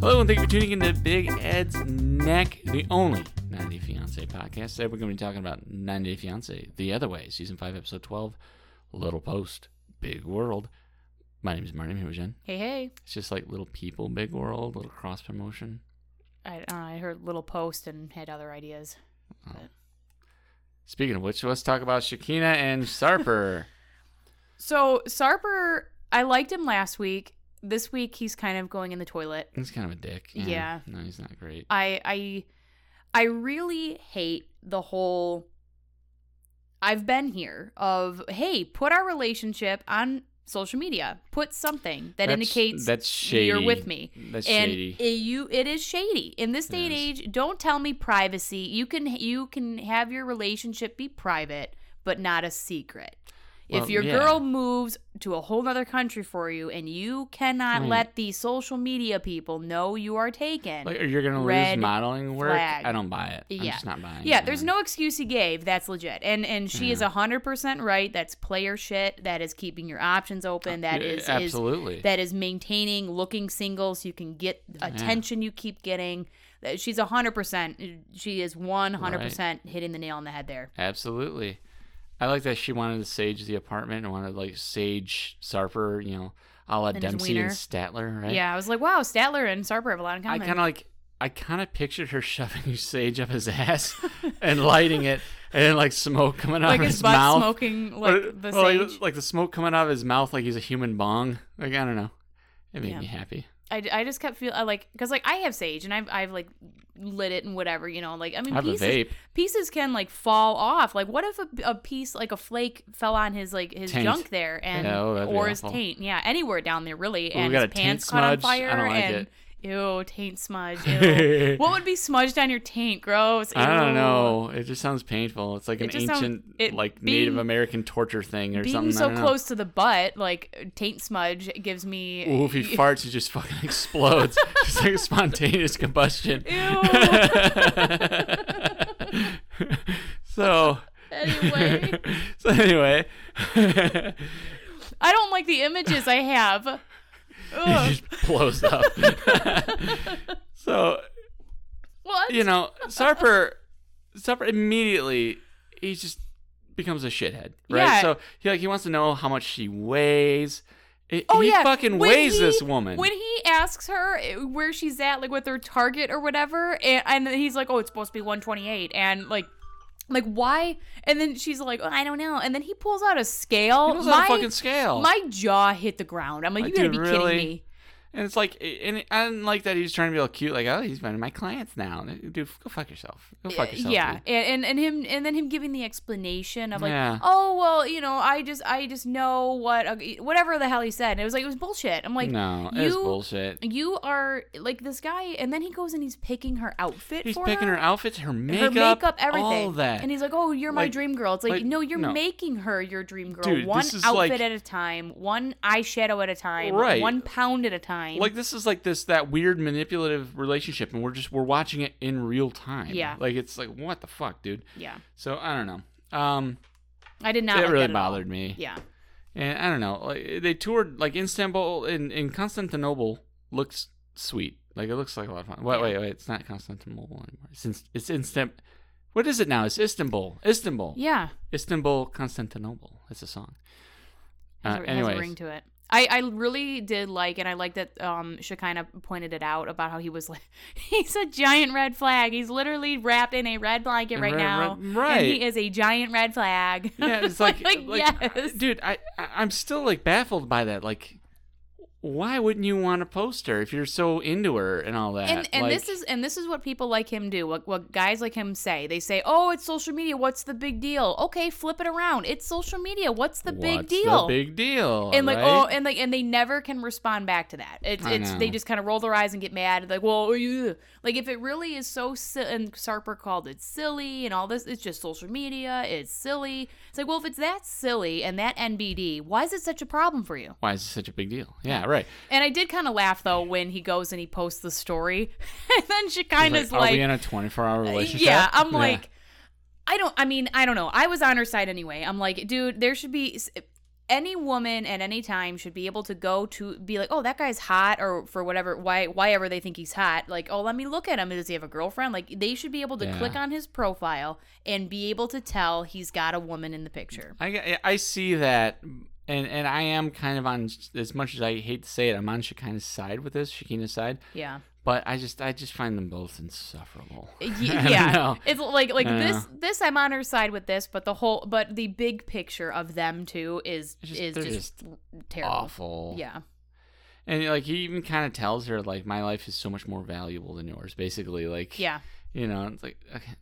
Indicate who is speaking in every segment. Speaker 1: Hello, and thank you for tuning into Big Ed's Neck, the only 90 Day Fiance podcast. Today we're going to be talking about 90 Day Fiance The Other Way, Season 5, Episode 12, Little Post, Big World. My name is Martin here with Jen.
Speaker 2: Hey, hey.
Speaker 1: It's just like Little People, Big World, little cross promotion.
Speaker 2: I, uh, I heard Little Post and had other ideas.
Speaker 1: Speaking of which, let's talk about Shakina and Sarper.
Speaker 2: So, Sarper, I liked him last week. This week, he's kind of going in the toilet.
Speaker 1: he's kind of a dick.
Speaker 2: Yeah.
Speaker 1: No, he's not great.
Speaker 2: I, I, I really hate the whole. I've been here of hey, put our relationship on social media. Put something that
Speaker 1: That's-
Speaker 2: indicates
Speaker 1: that's shady.
Speaker 2: you're with me.
Speaker 1: That's
Speaker 2: and
Speaker 1: shady.
Speaker 2: i- you it is shady in this day and
Speaker 1: It
Speaker 2: age don't tell me privacy you can you can have your relationship be private but not a secret
Speaker 1: Well,
Speaker 2: if your
Speaker 1: yeah.
Speaker 2: girl moves to a whole other country for you and you cannot
Speaker 1: Right.
Speaker 2: let the social media people know you are taken
Speaker 1: like, you're going to lose
Speaker 2: red
Speaker 1: modeling work.
Speaker 2: flag.
Speaker 1: I don't buy it. I'm
Speaker 2: Yeah.
Speaker 1: just not buying it.
Speaker 2: yeah there's
Speaker 1: man.
Speaker 2: no excuse he gave that's legit and and she is is 100% right that's player shit that is keeping your options open that
Speaker 1: Yeah,
Speaker 2: is is
Speaker 1: absolutely.
Speaker 2: that is maintaining looking single so you can get attention you keep getting That- she's 100% she is 100% hitting the nail on the head there
Speaker 1: Absolutely. I like that she wanted to sage the apartment and wanted like sage Sarper, you know, a la
Speaker 2: And his
Speaker 1: Dempsey and
Speaker 2: wiener.
Speaker 1: Statler, right?
Speaker 2: yeah i was like wow statler and sarper have a lot in
Speaker 1: I
Speaker 2: common
Speaker 1: kind of like, I kind of pictured her shoving sage up his ass and lighting it, and then like smoke coming out
Speaker 2: like
Speaker 1: of his,
Speaker 2: his butt
Speaker 1: mouth.
Speaker 2: smoking
Speaker 1: Or-
Speaker 2: like the
Speaker 1: or, like-
Speaker 2: sage
Speaker 1: like the smoke coming out of his mouth, like he's a human bong. Like I don't know, it made
Speaker 2: Yeah.
Speaker 1: me happy.
Speaker 2: I, I just kept feeling like because like i have sage and i've i've like lit it and whatever you know like i mean
Speaker 1: I have a
Speaker 2: pieces
Speaker 1: vape.
Speaker 2: pieces can like fall off like what if a, a piece like a flake fell on his like his
Speaker 1: Taint.
Speaker 2: junk there and
Speaker 1: Yeah, oh, that'd be
Speaker 2: or his
Speaker 1: awful.
Speaker 2: taint yeah anywhere down there really
Speaker 1: we
Speaker 2: and
Speaker 1: got
Speaker 2: his
Speaker 1: a taint
Speaker 2: pants caught on
Speaker 1: smudge. I
Speaker 2: fire
Speaker 1: don't like
Speaker 2: and ew taint smudge ew. what would be smudged on your taint gross
Speaker 1: I don't
Speaker 2: ew.
Speaker 1: know. It just sounds painful. It's like
Speaker 2: It
Speaker 1: an
Speaker 2: just sounds-
Speaker 1: ancient,
Speaker 2: it-
Speaker 1: like
Speaker 2: being-
Speaker 1: Native American torture thing or
Speaker 2: being
Speaker 1: something. I
Speaker 2: so
Speaker 1: don't know.
Speaker 2: close to the butt like taint smudge gives me
Speaker 1: Ooh, if he farts, it just fucking explodes. it's like a spontaneous combustion. so,
Speaker 2: anyway
Speaker 1: so anyway,
Speaker 2: i don't like the images i have
Speaker 1: it
Speaker 2: Ugh.
Speaker 1: just blows up. so
Speaker 2: what
Speaker 1: you know, Sarper, Sarper immediately he just becomes a shithead, right?
Speaker 2: Yeah.
Speaker 1: So he like he wants to know how much she weighs. It,
Speaker 2: Oh
Speaker 1: he
Speaker 2: yeah,
Speaker 1: fucking
Speaker 2: When
Speaker 1: weighs
Speaker 2: he-
Speaker 1: this woman.
Speaker 2: When he asks her eh, where she's at, like with her target or whatever, and, and then he's like, "Oh, it's supposed to be 128," and like, like why? And then she's like, oh, "I don't know." And then he pulls out a scale.
Speaker 1: He pulls out a fucking scale.
Speaker 2: My jaw hit the ground. I'm like,
Speaker 1: Like,
Speaker 2: "You gotta
Speaker 1: dude,
Speaker 2: be
Speaker 1: really?
Speaker 2: kidding me!"
Speaker 1: And it's like, and I didn't like that he's trying to be all cute, like, oh, he's one of my clients now. Dude, go fuck yourself. Go fuck yourself.
Speaker 2: yeah,
Speaker 1: dude.
Speaker 2: and, and and him and then him giving the explanation of like,
Speaker 1: Yeah.
Speaker 2: "Oh well, you know, I just I just know what whatever the hell he said." And it was like it was bullshit. I'm like,
Speaker 1: no, it's
Speaker 2: you-
Speaker 1: bullshit.
Speaker 2: You are like this guy, and then he goes and he's picking her outfit.
Speaker 1: He's
Speaker 2: for
Speaker 1: picking her, outfits, her
Speaker 2: her
Speaker 1: makeup,
Speaker 2: makeup, everything,
Speaker 1: all that.
Speaker 2: And he's like, "Oh, you're my
Speaker 1: Like-
Speaker 2: dream girl." It's like,
Speaker 1: like,
Speaker 2: no, you're
Speaker 1: no.
Speaker 2: making her your dream girl,
Speaker 1: Dude,
Speaker 2: one
Speaker 1: this is
Speaker 2: outfit
Speaker 1: like-
Speaker 2: at a time, one eyeshadow at a time,
Speaker 1: Right.
Speaker 2: one pound at a time.
Speaker 1: like this is like this that weird manipulative relationship, and we're just we're watching it in real time.
Speaker 2: Yeah.
Speaker 1: like it's like what the fuck, dude.
Speaker 2: yeah,
Speaker 1: So I don't know. Um,
Speaker 2: I did not.
Speaker 1: it
Speaker 2: like
Speaker 1: really
Speaker 2: that at
Speaker 1: bothered
Speaker 2: all.
Speaker 1: me.
Speaker 2: Yeah,
Speaker 1: And I don't know, like they toured like Istanbul in in Constantinople looks sweet. Like it looks like a lot of fun. Wait,
Speaker 2: Yeah.
Speaker 1: wait, wait. It's not Constantinople anymore. It's in, it's instant. What is it now? It's Istanbul. Istanbul.
Speaker 2: yeah.
Speaker 1: Istanbul, Constantinople. That's a song.
Speaker 2: Has,
Speaker 1: Uh,
Speaker 2: a- has
Speaker 1: anyways,
Speaker 2: a ring to it. I, I really did like, and I like that um, Shekinah pointed it out about how he was like, he's a giant red flag. He's literally wrapped in a red blanket right
Speaker 1: Red-
Speaker 2: now.
Speaker 1: red- right.
Speaker 2: And he is a giant red flag.
Speaker 1: yeah, it's like,
Speaker 2: Like,
Speaker 1: like,
Speaker 2: yes.
Speaker 1: dude, I I- I'm still like baffled by that. Like, why wouldn't you want to post her if you're so into her and all that?
Speaker 2: and and
Speaker 1: Like,
Speaker 2: this is and this is what people like him do. What what guys like him say? They say, "Oh, it's social media. What's the big deal?" Okay, flip it around. It's social media. What's the big
Speaker 1: what's the
Speaker 2: deal?
Speaker 1: big deal.
Speaker 2: and like
Speaker 1: right?
Speaker 2: oh and like and they never can respond back to that. It's
Speaker 1: I
Speaker 2: it's
Speaker 1: know.
Speaker 2: they just kind of roll their eyes and get mad. Like well, ugh." like if it really is so si- and Sarper called it silly and all this. It's just social media. It's silly. It's like well, if it's that silly and that NBD, why is it such a problem for you?
Speaker 1: why is this such a big deal? Yeah, right.
Speaker 2: And I did kind of laugh though when he goes and he posts the story, and then
Speaker 1: It's
Speaker 2: Shekinah's
Speaker 1: like,
Speaker 2: like, Uh,
Speaker 1: are we in a 24 hour relationship?
Speaker 2: yeah, I'm like, I don't. I mean, I don't know. I was on her side anyway. I'm like, dude, there should be. any woman at any time should be able to go to be like, oh, that guy's hot, or for whatever, why, why ever they think he's hot. Like, oh, let me look at him. Does he have a girlfriend? Like, they should be able to
Speaker 1: Yeah.
Speaker 2: click on his profile and be able to tell he's got a woman in the picture.
Speaker 1: I, I see that, and and I am kind of on as much as I hate to say it, I'm on Shekinah's side with this, Shekinah's side.
Speaker 2: Yeah,
Speaker 1: But I just I just find them both insufferable.
Speaker 2: Y-
Speaker 1: I don't
Speaker 2: yeah.
Speaker 1: know.
Speaker 2: It's like like
Speaker 1: I
Speaker 2: this this I'm on her side with this, but the whole but the big picture of them two is
Speaker 1: It's just-
Speaker 2: is
Speaker 1: they're
Speaker 2: just, terrible.
Speaker 1: awful.
Speaker 2: Yeah,
Speaker 1: and like he even kind of tells her like my life is so much more valuable than yours, basically. Like
Speaker 2: yeah.
Speaker 1: you know, it's like okay,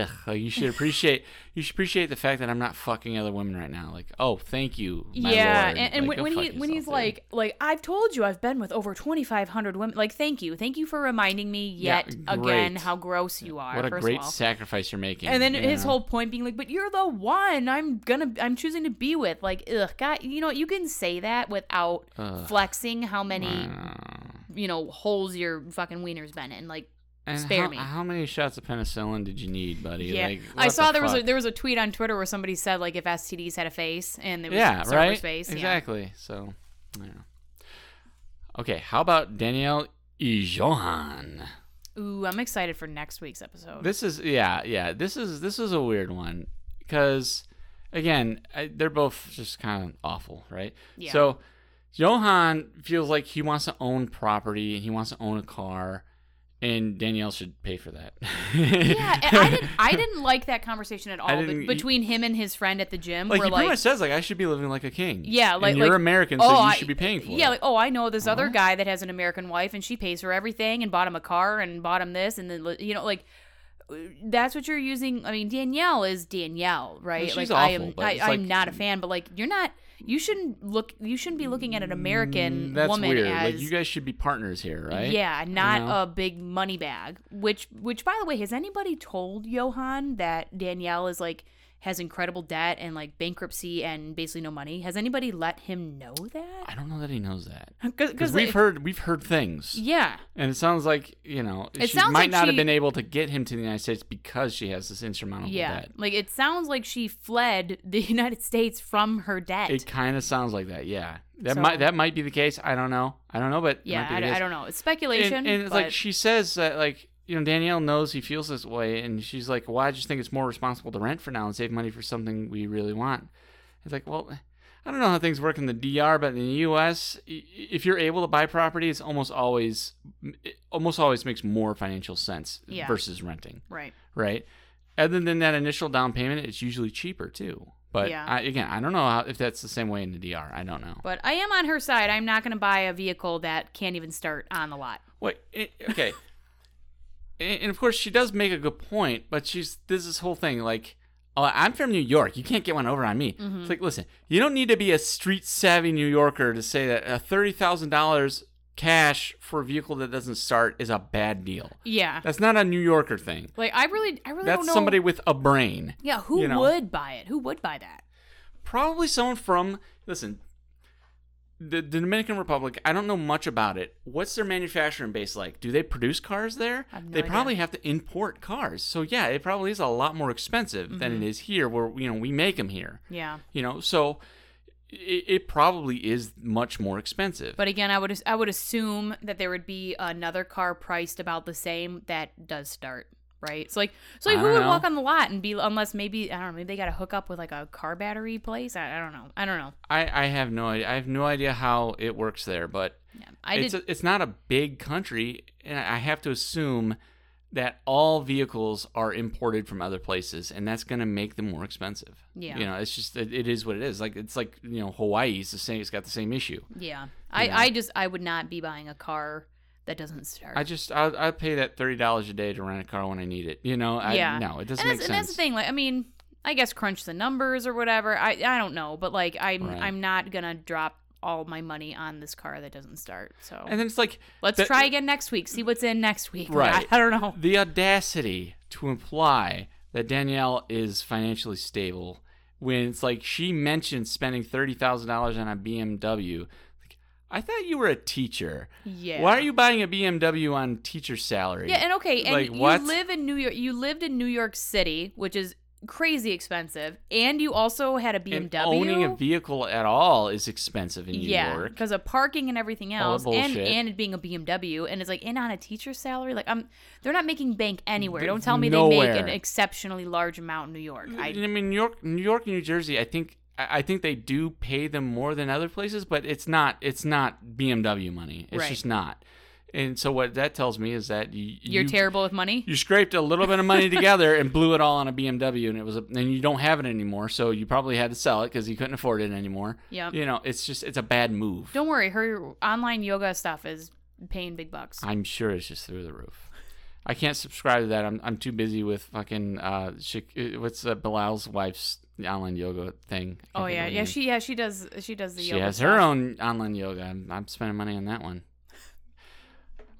Speaker 1: ugh, like you should appreciate you should appreciate the fact that I'm not fucking other women right now. Like oh, thank you. My
Speaker 2: yeah,
Speaker 1: Lord.
Speaker 2: and, and
Speaker 1: Like, go
Speaker 2: when, when
Speaker 1: fuck
Speaker 2: he when
Speaker 1: yourself,
Speaker 2: he's
Speaker 1: dude.
Speaker 2: like like I've told you I've been with over twenty five hundred women. Like thank you, thank you for reminding me
Speaker 1: Yeah,
Speaker 2: yet again
Speaker 1: great.
Speaker 2: how gross you are.
Speaker 1: what a
Speaker 2: first
Speaker 1: great
Speaker 2: of all.
Speaker 1: sacrifice you're making.
Speaker 2: and then
Speaker 1: you
Speaker 2: his
Speaker 1: know?
Speaker 2: whole point being like, but you're the one I'm gonna I'm choosing to be with. Like ugh, God, you know you can say that without
Speaker 1: Ugh.
Speaker 2: flexing how many
Speaker 1: Wow.
Speaker 2: you know holes your fucking wiener's been in. Like
Speaker 1: Uh, And
Speaker 2: Spare
Speaker 1: how,
Speaker 2: me.
Speaker 1: How many shots of penicillin did you need, buddy?
Speaker 2: yeah,
Speaker 1: Like, what
Speaker 2: I
Speaker 1: the
Speaker 2: saw there was a,
Speaker 1: fuck?
Speaker 2: there was a tweet on Twitter where somebody said like if STDs had a face and it was
Speaker 1: yeah,
Speaker 2: server
Speaker 1: right.
Speaker 2: space. Yeah.
Speaker 1: exactly. So, I don't know. Okay, how about Danielle Ijohan?
Speaker 2: Ooh, I'm excited for next week's episode.
Speaker 1: This is yeah, yeah. This is this is a weird one because again, I, they're both just kind of awful, right?
Speaker 2: Yeah.
Speaker 1: So Johan feels like he wants to own property and he wants to own a car, and Danielle should pay for that.
Speaker 2: Yeah, and I didn't. I didn't like that conversation at all but
Speaker 1: didn't-
Speaker 2: between him and his friend at the gym.
Speaker 1: Like
Speaker 2: where
Speaker 1: he
Speaker 2: like,
Speaker 1: pretty much says, like I should be living like a king.
Speaker 2: Yeah, like-
Speaker 1: and you're
Speaker 2: like,
Speaker 1: American, so
Speaker 2: "Oh,
Speaker 1: you
Speaker 2: I-
Speaker 1: should be paying for it. Uh-huh.
Speaker 2: yeah, like oh, I know this other guy that has an American wife, and she pays for everything, and bought him a car, and bought him this, and then you know, like uh, that's what you're using. I mean, Danielle is Danielle, right?
Speaker 1: she's
Speaker 2: like I
Speaker 1: awful,
Speaker 2: am.
Speaker 1: but
Speaker 2: I,
Speaker 1: it's
Speaker 2: I'm
Speaker 1: like-
Speaker 2: not a fan, but like you're not. You shouldn't look. You shouldn't be looking at an American
Speaker 1: Mm, that's
Speaker 2: woman
Speaker 1: weird.
Speaker 2: as.
Speaker 1: Like you guys should be partners here, right?
Speaker 2: Yeah, not
Speaker 1: know?
Speaker 2: a big money bag. Which, which by the way, has anybody told Johan that Danielle is like has incredible debt and like bankruptcy and basically no money? Has anybody let him know that?
Speaker 1: I don't know that he knows that because
Speaker 2: Because
Speaker 1: we've heard we've heard things,
Speaker 2: yeah,
Speaker 1: and it sounds like you know
Speaker 2: It
Speaker 1: she might
Speaker 2: sounds like
Speaker 1: not have
Speaker 2: she-
Speaker 1: been able to get him to the United States because she has this insurmountable
Speaker 2: yeah.
Speaker 1: debt.
Speaker 2: Like it sounds like she fled the United States from her debt.
Speaker 1: It kind of sounds like that. Yeah, that
Speaker 2: So-
Speaker 1: might that might be the case. I don't know. I don't know, but it
Speaker 2: yeah,
Speaker 1: might be
Speaker 2: I,
Speaker 1: the
Speaker 2: don't- I
Speaker 1: case.
Speaker 2: don't know. It's speculation.
Speaker 1: And, and it's
Speaker 2: but
Speaker 1: like she says that like you know Danielle knows he feels this way, and she's like, "Well, I just think it's more responsible to rent for now and save money for something we really want." It's like, well, I don't know how things work in the DR, but in the US, i- if you're able to buy property, it's almost always it almost always makes more financial sense
Speaker 2: Yeah.
Speaker 1: versus renting,
Speaker 2: right.
Speaker 1: right? Other than that initial down payment, it's usually cheaper too. But
Speaker 2: Yeah.
Speaker 1: I, again, I don't know how, if that's the same way in the DR. I don't know.
Speaker 2: But I am on her side. I'm not going to buy a vehicle that can't even start on the lot.
Speaker 1: Wait, i okay. and, and of course, she does make a good point, but she's there's this whole thing like, oh, I'm from New York. You can't get one over on me.
Speaker 2: Mm-hmm.
Speaker 1: It's like, listen, you don't need to be a street savvy New Yorker to say that uh, thirty thousand dollars cash for a vehicle that doesn't start is a bad deal.
Speaker 2: Yeah.
Speaker 1: That's not a New Yorker thing.
Speaker 2: Like I really, I really
Speaker 1: That's
Speaker 2: don't know.
Speaker 1: somebody with a brain.
Speaker 2: Yeah, who
Speaker 1: you know.
Speaker 2: would buy it? Who would buy that?
Speaker 1: probably someone from listen the, the dominican republic i don't know much about it what's their manufacturing base like do they produce cars there
Speaker 2: I have no
Speaker 1: they
Speaker 2: idea.
Speaker 1: probably have to import cars so yeah it probably is a lot more expensive than
Speaker 2: Mm-hmm.
Speaker 1: it is here where you know we make them here
Speaker 2: Yeah.
Speaker 1: you know so it, it probably is much more expensive
Speaker 2: But again, I would I would assume that there would be another car priced about the same that does start, right? So like so like,
Speaker 1: I
Speaker 2: who
Speaker 1: don't
Speaker 2: would
Speaker 1: know.
Speaker 2: walk on the lot and be unless maybe I don't know, maybe they got to hook up with like a car battery place. I, I don't know. I don't know.
Speaker 1: I, I have no idea i have no idea how it works there but
Speaker 2: Yeah. I
Speaker 1: it's,
Speaker 2: did
Speaker 1: a, it's not a big country, and I have to assume that all vehicles are imported from other places, and that's going to make them more expensive.
Speaker 2: Yeah.
Speaker 1: you know, it's just it, it is what it is. Like it's like you know, Hawaii is the same. It's got the same issue.
Speaker 2: yeah. I
Speaker 1: Yeah.
Speaker 2: I just I would not be buying a car that doesn't start.
Speaker 1: I just I, I pay that thirty dollars a day to rent a car when I need it. You know, I,
Speaker 2: Yeah.
Speaker 1: no, it doesn't
Speaker 2: and
Speaker 1: make
Speaker 2: that's,
Speaker 1: sense.
Speaker 2: and that's the thing. Like, I mean, I guess crunch the numbers or whatever. I I don't know, but like I'm
Speaker 1: Right.
Speaker 2: I'm not gonna drop all my money on this car that doesn't start. So
Speaker 1: And then it's like
Speaker 2: let's
Speaker 1: that-
Speaker 2: try again next week. See what's in next week.
Speaker 1: Right.
Speaker 2: I, I don't know.
Speaker 1: the audacity to imply that Danielle is financially stable when it's like she mentioned spending thirty thousand dollars on a BMW. Like, I thought you were a teacher.
Speaker 2: Yeah.
Speaker 1: Why are you buying a BMW on teacher salary?
Speaker 2: Yeah, and okay, and
Speaker 1: Like,
Speaker 2: you
Speaker 1: what?
Speaker 2: live in New York. You lived in New York City, which is crazy expensive, and you also had a BMW.
Speaker 1: And owning a vehicle at all is expensive in New
Speaker 2: yeah,
Speaker 1: York.
Speaker 2: because of parking and everything
Speaker 1: All
Speaker 2: else,
Speaker 1: the
Speaker 2: and
Speaker 1: bullshit.
Speaker 2: and it being a BMW, and it's like and on a teacher's salary. Like I'm, they're not making bank anywhere.
Speaker 1: Th-
Speaker 2: Don't tell me they make
Speaker 1: nowhere.
Speaker 2: an exceptionally large amount in New York.
Speaker 1: I,
Speaker 2: I,
Speaker 1: mean, New York, New York, New Jersey. I think I I think they do pay them more than other places, but it's not it's not BMW money. It's
Speaker 2: Right.
Speaker 1: just not. And so what that tells me is that you,
Speaker 2: you're
Speaker 1: you,
Speaker 2: terrible with money.
Speaker 1: You scraped a little bit of money together and blew it all on a BMW, and it was a, and you don't have it anymore, so you probably had to sell it because you couldn't afford it anymore.
Speaker 2: Yep.
Speaker 1: You know, it's just it's a bad move.
Speaker 2: Don't worry, her online yoga stuff is paying big bucks.
Speaker 1: I'm sure it's just through the roof. I can't subscribe to that. I'm I'm too busy with fucking uh, Shak- uh, what's uh, Bilal's wife's online yoga thing. I can't
Speaker 2: oh
Speaker 1: think of
Speaker 2: yeah,
Speaker 1: her
Speaker 2: yeah.
Speaker 1: name.
Speaker 2: She yeah she does she does the
Speaker 1: She
Speaker 2: yoga.
Speaker 1: has her own online yoga. I'm, I'm spending money on that one.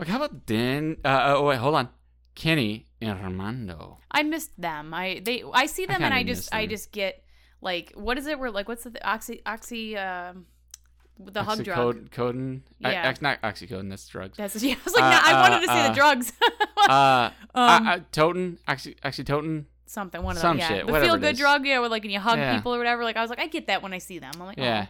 Speaker 1: Like, how about Dan? Uh, oh wait, hold on. Kenny and Armando.
Speaker 2: I missed them. I they I see them and
Speaker 1: kinda
Speaker 2: I
Speaker 1: miss
Speaker 2: just I
Speaker 1: them.
Speaker 2: just get like what is it? We're like what's the th- oxy oxy um the hug drug.
Speaker 1: Oxycod- Codin. I-
Speaker 2: Yeah.
Speaker 1: ox- not oxycodone. That's drugs.
Speaker 2: That's yeah. I was like
Speaker 1: Uh,
Speaker 2: no, I wanted
Speaker 1: uh,
Speaker 2: to see
Speaker 1: uh,
Speaker 2: the drugs.
Speaker 1: Uh,
Speaker 2: um,
Speaker 1: I, I, totin. Oxy, oxytotin.
Speaker 2: something one of
Speaker 1: some
Speaker 2: them. Yeah,
Speaker 1: shit,
Speaker 2: the
Speaker 1: whatever
Speaker 2: feel
Speaker 1: it
Speaker 2: good
Speaker 1: is.
Speaker 2: drug. Yeah, where like and you hug
Speaker 1: Yeah.
Speaker 2: people or whatever. Like I was like I get that when I see them. I'm like
Speaker 1: Yeah.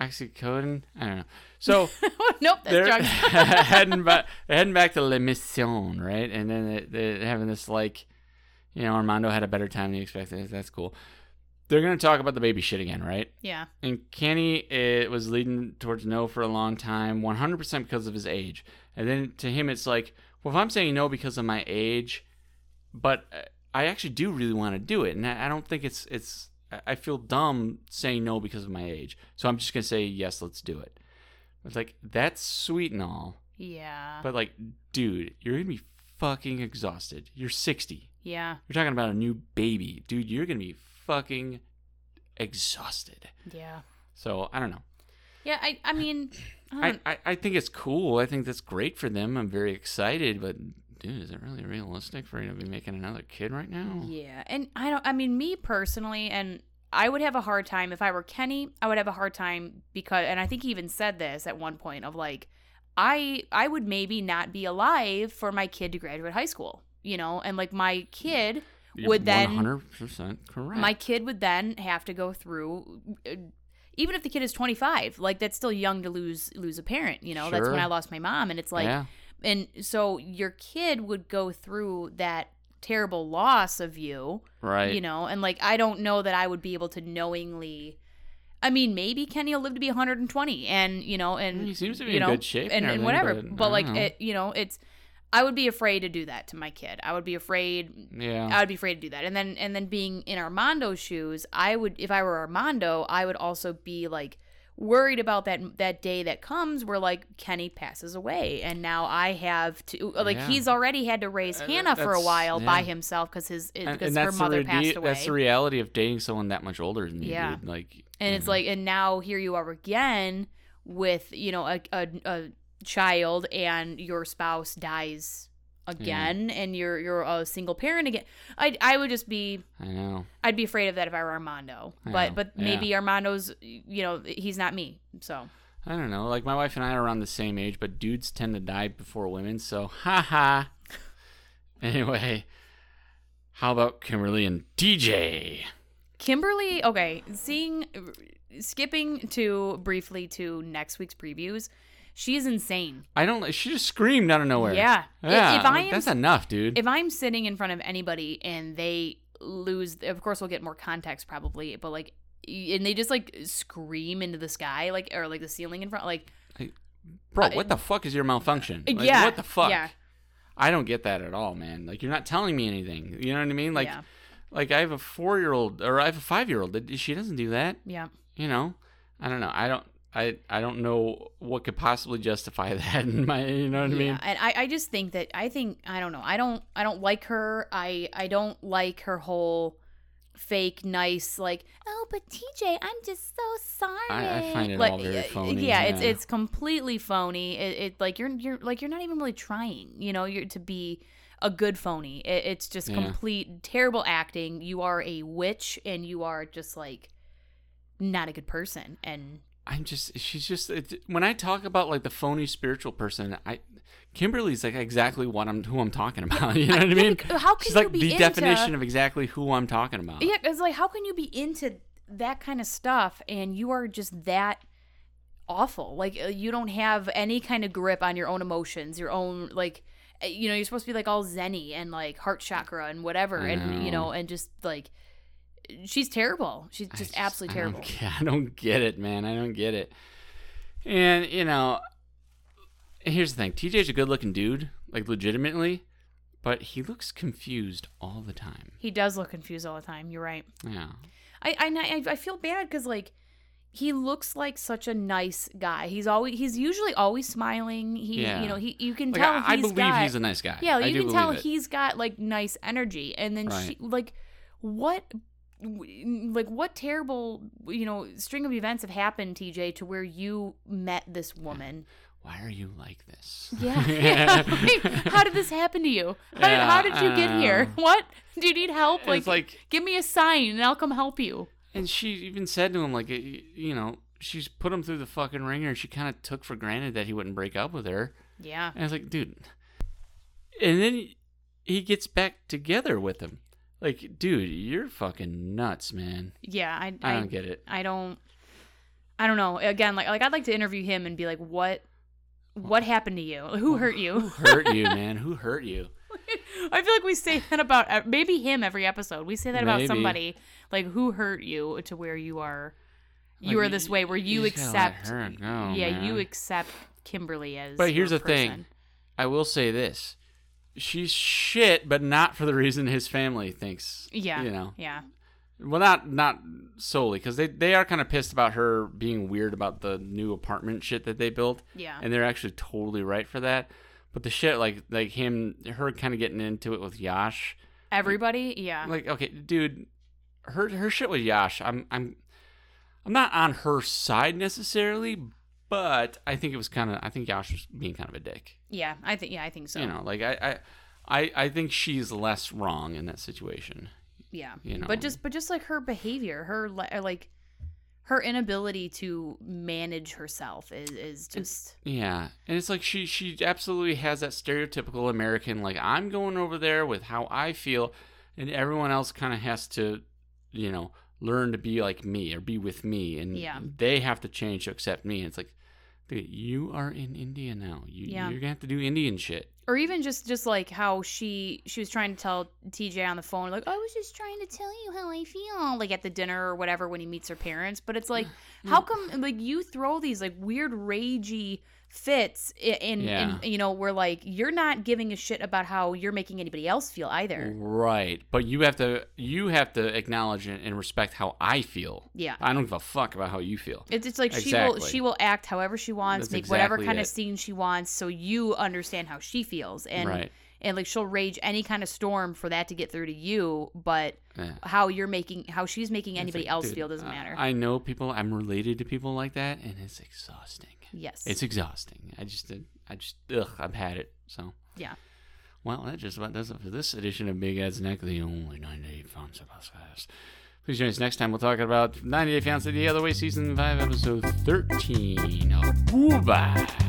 Speaker 1: Oxycodone. I don't know. So
Speaker 2: oh. nope that's
Speaker 1: they're
Speaker 2: drugs.
Speaker 1: heading back, heading back to La Mission, right? And then they- they're having this like, you know, Armando had a better time than he expected. That's cool. They're gonna talk about the baby shit again, right?
Speaker 2: yeah.
Speaker 1: And Kenny it was leading towards no for a long time, 100% because of his age. And then to him, it's like, well, if I'm saying no because of my age, but uh, I actually do really want to do it, and I I don't think it's it's I- I feel dumb saying no because of my age, so I'm just gonna say yes, let's do it. It's like that's sweet and all,
Speaker 2: Yeah.
Speaker 1: but like, dude, you're gonna be fucking exhausted. You're 60.
Speaker 2: yeah.
Speaker 1: You're talking about a new baby, dude. You're gonna be fucking exhausted.
Speaker 2: Yeah.
Speaker 1: So I don't know.
Speaker 2: Yeah, I I mean I don't
Speaker 1: I, I, I think it's cool. I think that's great for them. I'm very excited, but dude, is it really realistic for you to be making another kid right now?
Speaker 2: Yeah, and I don't. I mean, me personally, and I would have a hard time if I were Kenny. I would have a hard time because, and I think he even said this at one point of like, I I would maybe not be alive for my kid to graduate high school, you know, and like my kid,
Speaker 1: You're
Speaker 2: Would then-
Speaker 1: 100% correct.
Speaker 2: my kid would then have to go through. uh, Even if the kid is 25, like that's still young to lose lose a parent, you know. That's when
Speaker 1: Sure.
Speaker 2: I lost my mom and it's like
Speaker 1: yeah.
Speaker 2: and so your kid would go through that terrible loss of you
Speaker 1: right.
Speaker 2: you know and like i don't know that i would be able to knowingly i mean maybe kenny will live to be 120 and you know and
Speaker 1: He seems to be
Speaker 2: you
Speaker 1: in
Speaker 2: know,
Speaker 1: good shape and
Speaker 2: and, and
Speaker 1: everything,
Speaker 2: whatever
Speaker 1: but I
Speaker 2: but,
Speaker 1: don't
Speaker 2: like
Speaker 1: know.
Speaker 2: it, you know it's i would be afraid to do that to my kid i would be afraid
Speaker 1: yeah.
Speaker 2: i would be afraid to do that and then and then being in armando's shoes i would if i were armando i would also be like worried about that that day that comes where like kenny passes away and now i have to like
Speaker 1: Yeah.
Speaker 2: he's already had to raise
Speaker 1: Uh,
Speaker 2: hannah for a
Speaker 1: that's-
Speaker 2: while by
Speaker 1: yeah.
Speaker 2: himself because his
Speaker 1: and,
Speaker 2: because
Speaker 1: and
Speaker 2: her
Speaker 1: that's, the
Speaker 2: mother
Speaker 1: re-
Speaker 2: passed away
Speaker 1: that's the reality of dating someone that much older than you,
Speaker 2: Yeah.
Speaker 1: dude. Like,
Speaker 2: and
Speaker 1: you
Speaker 2: it's
Speaker 1: know.
Speaker 2: like and now here you are again with you know a, a, a child and your spouse dies
Speaker 1: Mm-hmm.
Speaker 2: again and you're you're a single parent again i i would just be
Speaker 1: I know.
Speaker 2: i'd be afraid of that if i were armando
Speaker 1: I
Speaker 2: but
Speaker 1: know.
Speaker 2: but maybe armando's you know he's not me so
Speaker 1: I don't know. Like, my wife and I are around the same age, but dudes tend to die before women, so haha. anyway, how about Kimberly and DJ?
Speaker 2: kimberly okay seeing skipping to briefly to next week's previews she is insane
Speaker 1: I don't. She just screamed out of nowhere.
Speaker 2: yeah If-
Speaker 1: Yeah.
Speaker 2: if, i
Speaker 1: like,
Speaker 2: am
Speaker 1: that's enough, dude.
Speaker 2: if I'm sitting in front of anybody and they lose, of course we'll get more context probably, but like, and they just like scream into the sky, like or like the ceiling in front, like
Speaker 1: Bro, what the fuck is your malfunction? Like,
Speaker 2: yeah,
Speaker 1: What the fuck?
Speaker 2: yeah,
Speaker 1: I don't get that at all, man. Like you're not telling me anything. You know what I mean? Like,
Speaker 2: Yeah.
Speaker 1: like I have a four year old or I have a five year old. She doesn't do that.
Speaker 2: yeah,
Speaker 1: You know? I don't know. I don't. I I don't know what could possibly justify that. In my, you know what I mean?
Speaker 2: yeah. And I, I just think that I think I don't know, I don't, I don't like her. I, I don't like her whole fake nice like oh but tj i'm just so sorry
Speaker 1: I- I find it
Speaker 2: like,
Speaker 1: all very
Speaker 2: uh,
Speaker 1: phony,
Speaker 2: yeah, it's
Speaker 1: yeah.
Speaker 2: it's completely phony it, it like you're you're like you're not even really trying you know you're to be a good phony it, it's just
Speaker 1: Yeah.
Speaker 2: complete terrible acting you are a witch and you are just like not a good person and
Speaker 1: I'm just she's just it, when I talk about like the phony spiritual person, I Kimberly's like exactly what I'm who I'm talking about. You know what I mean?
Speaker 2: Like, how can
Speaker 1: She's like
Speaker 2: you be
Speaker 1: the
Speaker 2: into,
Speaker 1: definition of exactly who I'm talking about.
Speaker 2: Yeah, it's like how can you be into that kind of stuff and you are just that awful? Like uh, you don't have any kind of grip on your own emotions, your own like uh, you know, you're supposed to be like all zenny and like heart chakra and whatever
Speaker 1: I
Speaker 2: and you
Speaker 1: know.
Speaker 2: know, and just like she's terrible. She's
Speaker 1: I
Speaker 2: just, absolutely
Speaker 1: I don't
Speaker 2: terrible.
Speaker 1: get- I don't get it, man. I don't get it. And you know, here's the thing: TJ's a good-looking dude, like legitimately, but he looks confused all the time.
Speaker 2: He does look confused all the time. You're right.
Speaker 1: Yeah.
Speaker 2: I I I, I feel bad because like he looks like such a nice guy. He's always he's usually always smiling. He
Speaker 1: Yeah.
Speaker 2: you know he you can
Speaker 1: Like,
Speaker 2: tell
Speaker 1: I, I
Speaker 2: he's
Speaker 1: believe
Speaker 2: got,
Speaker 1: he's a nice guy.
Speaker 2: yeah
Speaker 1: I
Speaker 2: you
Speaker 1: do
Speaker 2: can tell
Speaker 1: believe it.
Speaker 2: he's got like nice energy. And then
Speaker 1: Right.
Speaker 2: she like what w- like what terrible you know string of events have happened TJ to where you met this woman
Speaker 1: Why are you like this?
Speaker 2: yeah, Like, how did this happen to you how did, how did you get
Speaker 1: Yeah,
Speaker 2: here
Speaker 1: um,
Speaker 2: what do you need help
Speaker 1: And it's like
Speaker 2: give me a sign and I'll come help you
Speaker 1: And she even said to him, like, y- you know, she's put him through the fucking ringer. and She kind of took for granted that he wouldn't break up with her.
Speaker 2: yeah
Speaker 1: And I was like, dude. And then he- he gets back together with him. Like, dude, you're fucking nuts, man.
Speaker 2: yeah I
Speaker 1: I don't get it.
Speaker 2: I don't I don't know. Again, like like I'd like to interview him and be like, what what happened to you? Who hurt you?
Speaker 1: Who hurt you, man? Who hurt you?
Speaker 2: I feel like we say that about ev- maybe him every episode. We say that about
Speaker 1: Maybe.
Speaker 2: somebody like who hurt you to where you are you
Speaker 1: Like,
Speaker 2: are this
Speaker 1: you-
Speaker 2: way where you,
Speaker 1: you just gotta let
Speaker 2: accept
Speaker 1: her go,
Speaker 2: yeah you
Speaker 1: man.
Speaker 2: accept Kimberly as.
Speaker 1: But here's
Speaker 2: your
Speaker 1: the thing.
Speaker 2: person.
Speaker 1: I will say this. She's shit, but not for the reason his family thinks.
Speaker 2: Yeah,
Speaker 1: You know.
Speaker 2: yeah,
Speaker 1: Well, not not solely because they they are kind of pissed about her being weird about the new apartment shit that they built,
Speaker 2: yeah,
Speaker 1: and they're actually totally right for that. But the shit like like him her kind of getting into it with Yash,
Speaker 2: everybody, yeah,
Speaker 1: like okay, dude, her her shit with Yash, I'm I'm I'm not on her side necessarily, but I think it was kind of I think Yash was being kind of a dick,
Speaker 2: yeah. I think yeah, I think so.
Speaker 1: you know, like I I I, I think she's less wrong in that situation.
Speaker 2: yeah
Speaker 1: you know.
Speaker 2: but just but just like her behavior her li- uh, like her inability to manage herself is is just
Speaker 1: Yeah, and it's like she she absolutely has that stereotypical American like I'm going over there with how I feel, and everyone else kind of has to, you know, learn to be like me or be with me, and
Speaker 2: Yeah.
Speaker 1: they have to change to accept me. It's like, dude, you are in India now. You,
Speaker 2: Yeah.
Speaker 1: you're gonna have to do Indian shit.
Speaker 2: or even just just like how she she was trying to tell TJ on the phone like I was just trying to tell you how I feel like at the dinner or whatever when he meets her parents but it's like
Speaker 1: Mm.
Speaker 2: how come like you throw these like weird ragey fits i- in,
Speaker 1: Yeah.
Speaker 2: in you know where like you're not giving a shit about how you're making anybody else feel either
Speaker 1: Mm. Right, but you have to you have to acknowledge and and respect how I feel.
Speaker 2: yeah
Speaker 1: I don't give a fuck about how you feel.
Speaker 2: It's, it's like she will
Speaker 1: Exactly.
Speaker 2: she will act however she wants,
Speaker 1: That's
Speaker 2: make whatever
Speaker 1: exactly
Speaker 2: kind
Speaker 1: it.
Speaker 2: of scene she wants, so you understand how she feels, and
Speaker 1: right.
Speaker 2: and like she'll rage any kind of storm for that to get through to you, but
Speaker 1: Yeah.
Speaker 2: how you're making how she's making
Speaker 1: It's
Speaker 2: anybody
Speaker 1: like,
Speaker 2: else
Speaker 1: dude,
Speaker 2: feel doesn't
Speaker 1: I-
Speaker 2: matter.
Speaker 1: I know people. I'm related to people like that, and it's exhausting.
Speaker 2: yes,
Speaker 1: It's exhausting. I just, I just, ugh, I've had it. So,
Speaker 2: yeah.
Speaker 1: well, that just about does it for this edition of Big Ed's Neck, the only 98 Fonz podcast. Please join us next time. We'll talk about 98 Fonz the Other Way, Season 5, Episode 13 of Booba.